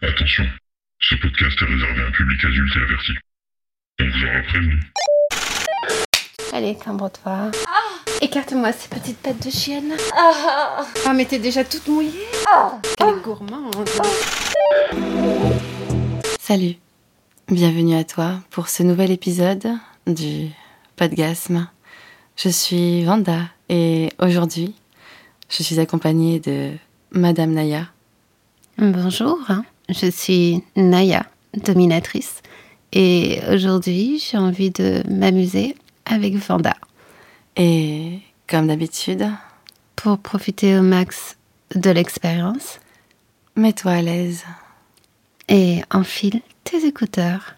Attention, ce podcast est réservé à un public adulte et averti. On vous aura prévenu. Allez, cambre-toi. Ah Écarte-moi ces petites pattes de chienne. Ah, Ah, mais t'es déjà toute mouillée. ah, Quelle gourmande. Salut. Bienvenue à toi pour ce nouvel épisode du Podgasme. Je suis Vanda et aujourd'hui, je suis accompagnée de Madame Naya. Bonjour, je suis Naya, dominatrice, et aujourd'hui j'ai envie de m'amuser avec Vanda Et comme d'habitude, pour profiter au max de l'expérience mets-toi à l'aise. et enfile tes écouteurs.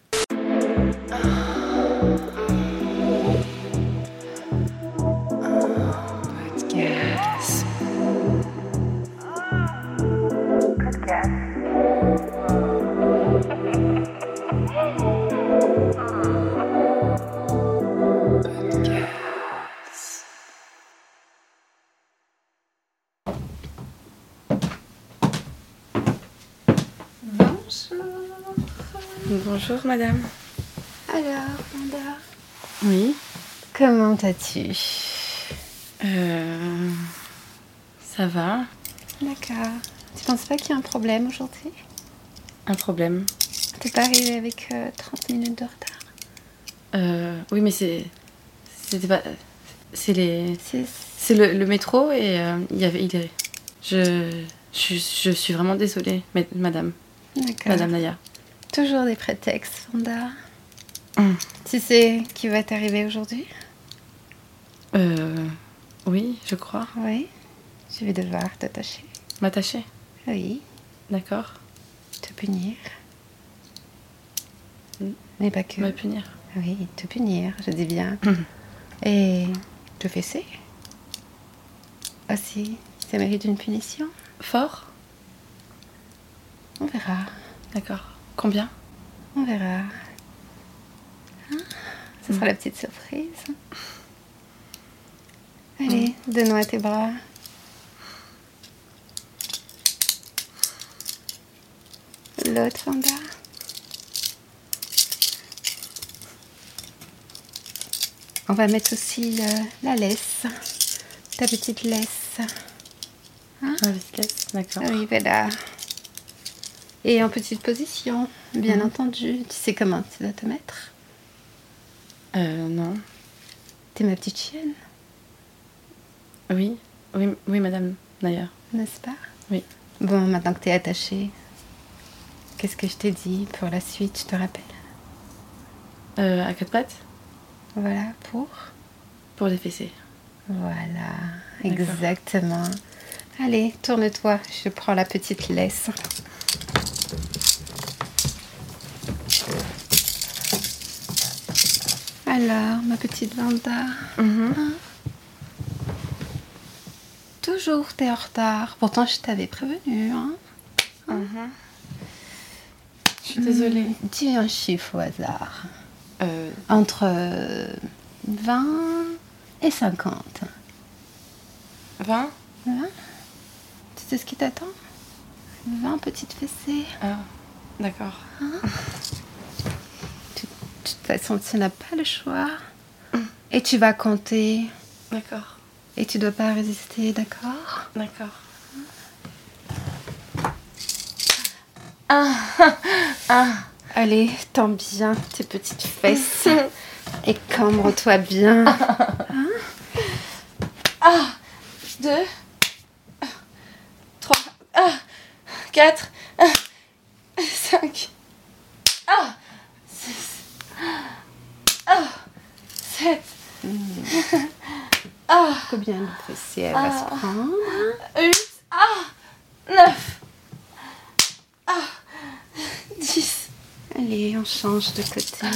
Bonjour Madame. Alors, Vanda, Oui. comment vas-tu Euh, ça va. D'accord. Tu penses pas qu'il y a un problème aujourd'hui Un problème. T'es pas arrivé avec euh, 30 minutes de retard Euh, oui, mais c'est. C'était pas. C'est les. C'est C'est le, le métro et euh, il y avait. Il y avait- Je, je. je suis vraiment désolée, ma- madame. D'accord. Madame Naya. Toujours des prétextes, Vanda. Hum. Tu sais qui va t'arriver aujourd'hui Euh. Oui, je crois. Oui, je vais devoir t'attacher. M'attacher. Oui, D'accord. te punir. Mm. Mais pas que. Me punir. Oui, te punir, je dis bien. Mhm. Et te fesser. Aussi, ça mérite une punition. Fort On verra, D'accord. Combien on verra. Hein Ce sera la petite surprise. Allez, donne-moi tes bras. L'autre en bas. On va mettre aussi euh, la laisse. Ta petite laisse. Hein Un vitesse. D'accord. Ah Oui, voilà. Et en petite position, bien entendu. Tu sais comment tu dois te mettre. Euh, non. T'es ma petite chienne, Oui. Oui, oui madame Naya. n'est-ce pas Oui. Bon, maintenant que t'es attachée, qu'est-ce que je t'ai dit pour la suite, je te rappelle Euh, à quatre pattes Voilà, pour Pour les fessées. Voilà, D'accord. exactement. Allez, tourne-toi, je prends la petite laisse. Alors, ma petite Vanda, Mhm. Ah, toujours t'es en retard. Pourtant, je t'avais prévenu. Hein. Je suis désolée. Dis un chiffre au hasard. Euh, Entre euh, 20 et 50. 20 Voilà. Tu sais ce qui t'attend 20 petites fessées. Ah, d'accord. De toute façon, tu n'as pas le choix. Et tu vas compter. D'accord. Et tu dois pas résister, d'accord D'accord. Allez, tends bien tes petites fesses. et cambre-toi bien. deux, trois, ah, quatre, ah, cinq, ah, six, ah, sept, ah, Combien de fessées elle va se Ah. prendre huit, ah, neuf, ah, dix, Allez, on change de côté.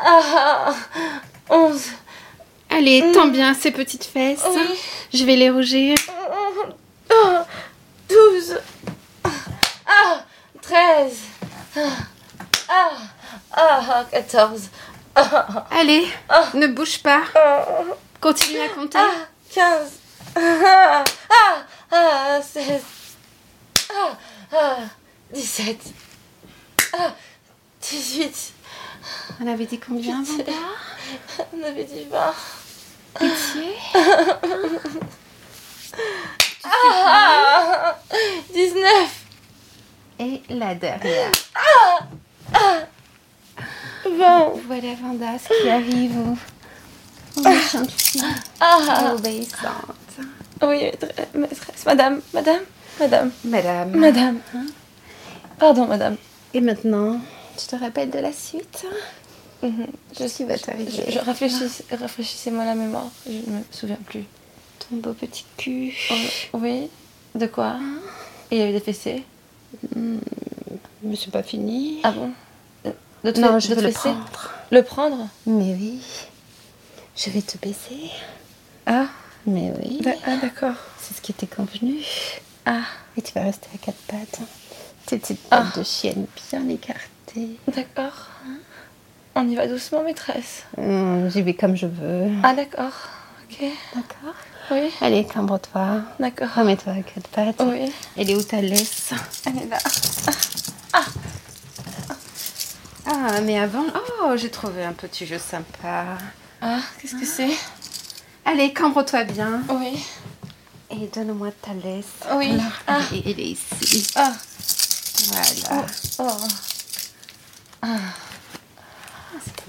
ah, onze, Mm. Allez, tends bien ces petites fesses. oui, Je vais les rougir. ah, douze, ah, treize, ah, ah, quatorze, Ah. Allez, ne bouge pas. Continue à compter. Ah, 15. Ah, ah, ah, 16. Ah, ah, 17. 18. On avait dit combien, Vanda On avait dit 20. Pitié. Ah 19. Et la dernière. 20. Voilà, Vanda, ce qui arrive aux, aux méchantes filles Ah obéissantes. Oui, maître- maîtresse. Madame, madame, madame, Madame. madame. hein. Pardon, madame. Et maintenant, tu te rappelles de la suite Mhm. Je suis va t'arriver. Je, je réfléchis, rafraîchissez-moi la mémoire. Je ne me souviens plus. Oh, Ton beau petit cul. Oui. De quoi Il y a eu des fessées. Mais c'est pas fini. Ah bon D'autres non, fe- je d'autres vais le fessées prendre. Le prendre Mais oui. Je vais te baiser. Ah, Mais oui. d'a- ah, d'accord. C'est ce qui était convenu. Ah, Et tu vas rester à quatre pattes. hein. Tes petites pattes de chienne bien écartées. d'accord. On y va doucement, maîtresse. Hum, J'y vais comme je veux. Ah, d'accord. Ok. D'accord. Oui, Allez, cambre-toi. d'accord. Remets-toi à quatre pattes. Oui. Elle est où ta laisse Elle est là. Ah, mais avant... Oh, j'ai trouvé un petit jeu sympa. Ah, qu'est-ce que c'est Allez, cambre-toi bien. Oui. Et donne-moi ta laisse. Oui. Voilà. Ah. Et elle est ici. Ah, Voilà. oh.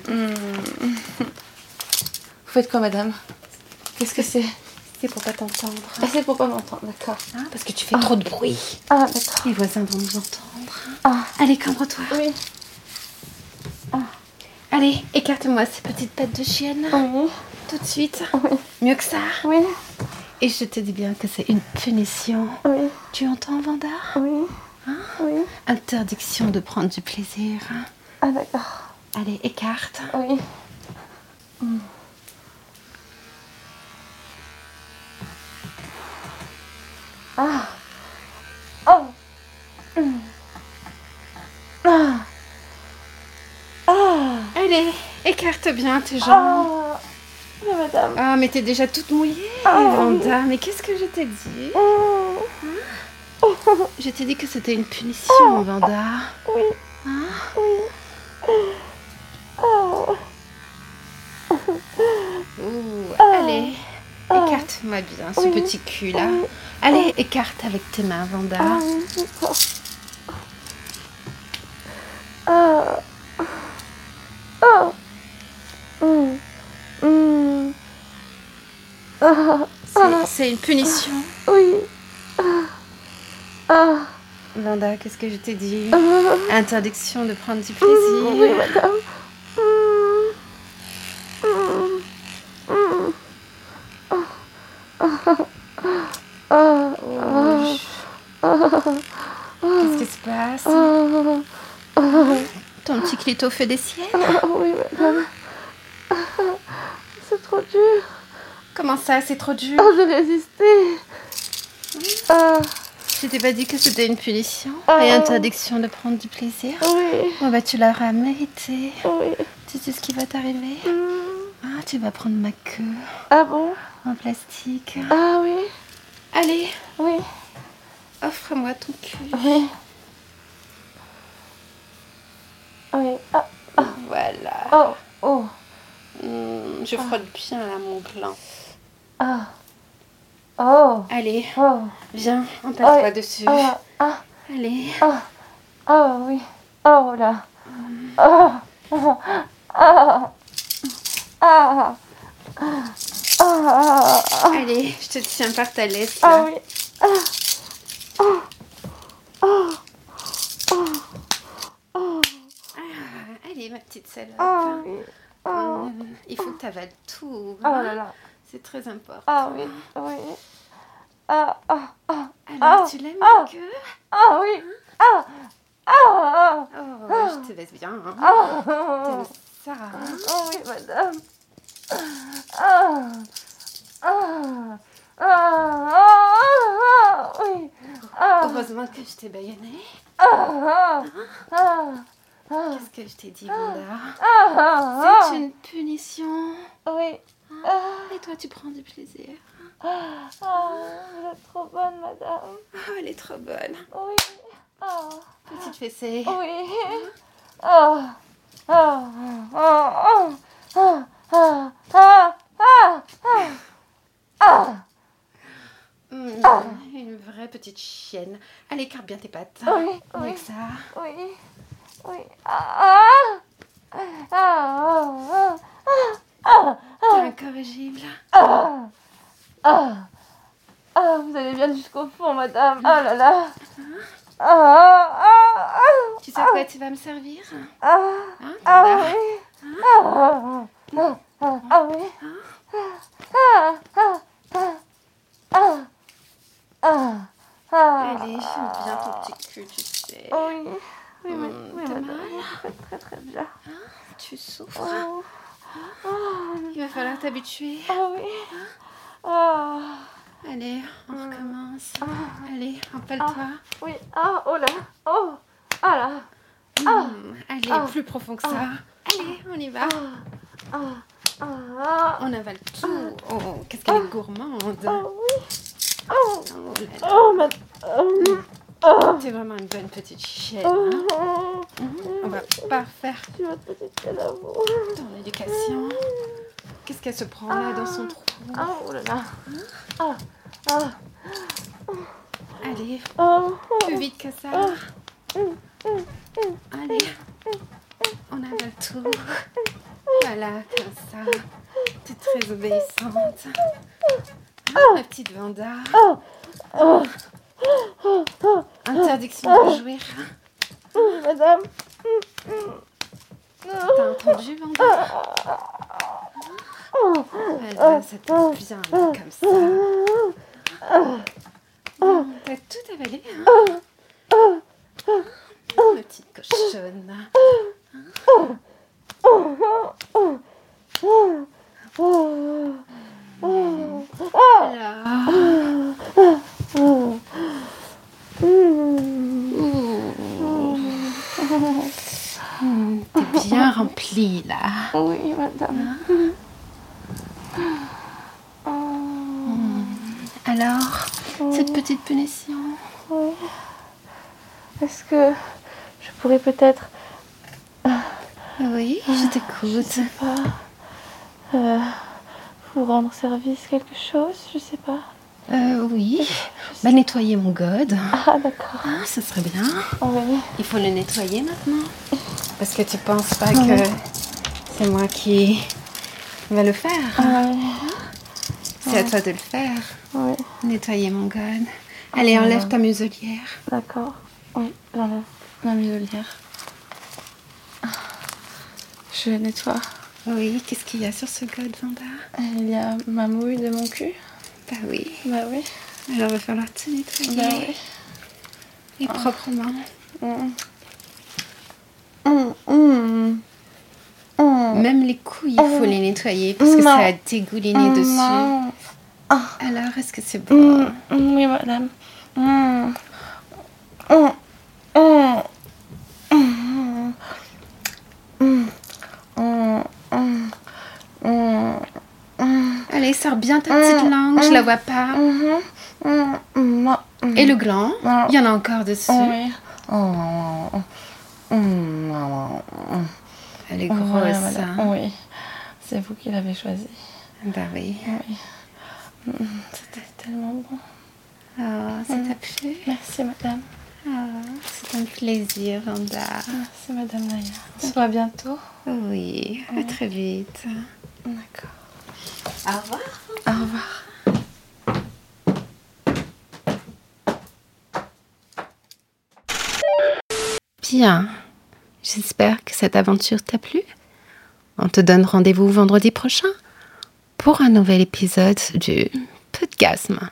Hmm. Vous faites quoi, madame Qu'est-ce que c'est C'est pour pas t'entendre. Ah, c'est pour pas m'entendre, d'accord. Hein, parce que tu fais trop de bruit. Ah, d'accord. Les voisins vont nous entendre. Ah. Allez, cambre-toi. Oui. Allez, écarte-moi ces petites pattes de chienne. Oui. Tout de suite. Mieux que ça. Oui. Et je te dis bien que c'est une punition. Oui. Tu entends, Vanda Oui. Oui. Interdiction de prendre du plaisir. Ah, d'accord. Allez, écarte. Oui. Ah. Oh. Mm. Ah. Ah. Allez, écarte bien tes jambes. Ah. Mais madame. Ah, mais t'es déjà toute mouillée, Ah. Vanda. Mais qu'est-ce que je t'ai dit Mm. Je t'ai dit que c'était une punition, Vanda. Oui. Hein Oh. Ouh, Ah. Allez, Ah. écarte-moi bien ce Oui. petit cul là. Oui. Allez, écarte avec tes mains, Vanda. Ah. oui, d'accord. Ah. Ah. Mm. Mm. Ah. C'est- C'est une punition. Oui. Ah. Vanda, qu'est-ce que je t'ai dit Ah. Ah. Interdiction de prendre du Oui, plaisir. madame. Mm. Mm. Mm. Ah. Ah. Rouge. Qu'est-ce qui se passe Ah. Ah. Ton petit clito fait des siennes Ah. Oui, madame. C'est trop dur. Comment ça, c'est trop dur Ah, j'ai résisté. Ah. Je t'ai pas dit que c'était une punition Ah. Et interdiction de prendre du plaisir Oui. Bon bah tu l'auras mérité. Oui. Tu sais ce qui va t'arriver Mm. Ah, tu vas prendre ma queue Ah bon en plastique. Ah oui. Allez, Oui. offre-moi ton cul. Oui. Oui. Ah. Voilà. Oh. Oh. Hmm, je frotte bien là mon gland. Ah. Oh. Allez, Oh. viens, on passe pas dessus. Ah. Ah. Allez. Ah oui. Oh là. Ah. Ah. Ah. Ah. Ah. Allez, je te tiens par ta laisse. Ah là. oui. Ah. Ah. Ah. Ah. Ah, Allez, ma petite salope. Ah oui. Ah. Hum, Il faut que tu avales tout. hein. Ah là là. C'est très important. Ah oui. Oui. Ah ah ah. Alors, Ah. tu l'aimes, Ah. ma queue Ah oui. Ah. Ah. Oh, je te laisse bien. hein. Ah. T'aimes ça. hein Oh oui, madame. Ah. Ah. Ah. Ah. Ah. Oui. Ah. Heureusement que je t'ai baïonné. Ah. Ah. Ah. Qu'est-ce que je t'ai dit, Vanda Ah. C'est une punition. Oui. Ah. Et toi, tu prends du plaisir. Ah, vous êtes trop bonne, madame. Oh, elle est trop bonne. Oui. Oh, Petite fessée. oui. Oh, oh, oh, oh, oh, oh, oh, oh, oh, oh. Mmh, Une vraie petite chienne. Allez, écarte bien tes pattes. Oui, Avec oui. ça. Oui, oui. Ah, ah, ah, ah, ah, T'es incorrigible. ah, ah, ah, vous allez bien jusqu'au fond, madame. Ah là là. Ah, ah, ah, Tu sais à quoi tu vas me servir ah, Hein ah Voilà. oui. Ah, ah, ah, ah oui. Ah, ah, ah, ah, ah, ah. Allez, j'aime bien ton petit cul, tu sais. Oui, Oh, Mm. oui, ma- Hum, oui, t'as madame. mal Hein? Très, très, très bien. Tu souffres. Oh. Ah. Il va falloir t'habituer. Ah oui. Ah Allez, on Oh. recommence. Allez, Ah. empale-toi. oui. Ah oh là. Oh. Ah là. Ah. Mmh, Allez, Ah. plus profond que ça. Allez, on y va. Ah. Ah. Ah. On avale tout. Oh, qu'est-ce qu'elle est gourmande. Ah oui. Oh. Oh là là, Oh ma. Oh. Oh. T'es vraiment une bonne petite chienne. hein. Oh. On va pas faire Tu vas te laisser l'amour. ton éducation. Qu'est-ce qu'elle se prend là dans son trou Ah oh là là. Ah. Ah. Allez, Oh. plus vite que ça. Allez, on avale tout. Voilà, comme ça. T'es très obéissante. Ah, ma petite Vanda. Oh. Interdiction de jouir. oh, Madame. T'as entendu, Vanda Vanda, ça te passe bien là, comme ça. Ah. Hum, T'as tout avalé, hein Hum, Ma petite cochonne. Oh. Oh. Voilà. Oh. Mm. T'es bien remplie, là. Ah Oui, madame. Ah. Alors, cette petite punition Est-ce que je pourrais peut-être Oui, je t'écoute. euh, vous rendre service quelque chose Je sais pas. Euh, oui. Bah, nettoyer mon god. Ah, d'accord. Ah, ce serait bien. Oui. Il faut le nettoyer maintenant. Ah Parce que tu penses pas que c'est moi qui va le faire. Oui. C'est à toi de le faire. Oui. Nettoyer mon god. Allez, enlève ta muselière. D'accord. Oui, j'enlève ma muselière. Ah, Je nettoie. Oui, qu'est-ce qu'il y a sur ce god, Vanda Il y a ma mouille de mon cul. Bah oui. Bah oui. Alors, va falloir tout nettoyer. Bah Oh. oui. Et proprement. Mm. Mm, mm. Mm. Même les couilles, il faut les nettoyer parce que Oh. Non. Oh ça a dégouliné dessus. Non. Alors, est-ce que c'est bon Mm, mm, oui, madame. Mm. Mm, mm, mm, mm, mm, mm, mm, mm, Allez, sors bien ta petite Mm. langue, je la vois pas. mhm, mm, mm, non, mm. Et le gland Non. Il y en a encore dessus. Oui. Oh, mm, non, mm, Elle est oui, grosse. madame, hein. Oui. C'est vous qui l'avez choisi. Bah oui. Oui. Mm, C'était tellement bon. Ah, ça Mm. t'a plu Merci, madame. Ah, C'est un plaisir, Vanda. Merci, madame Naya. On se voit bientôt. Oui, à très vite. D'accord. Au revoir. Au revoir. Bien. J'espère que cette aventure t'a plu. On te donne rendez-vous vendredi prochain pour un nouvel épisode du Podcasme.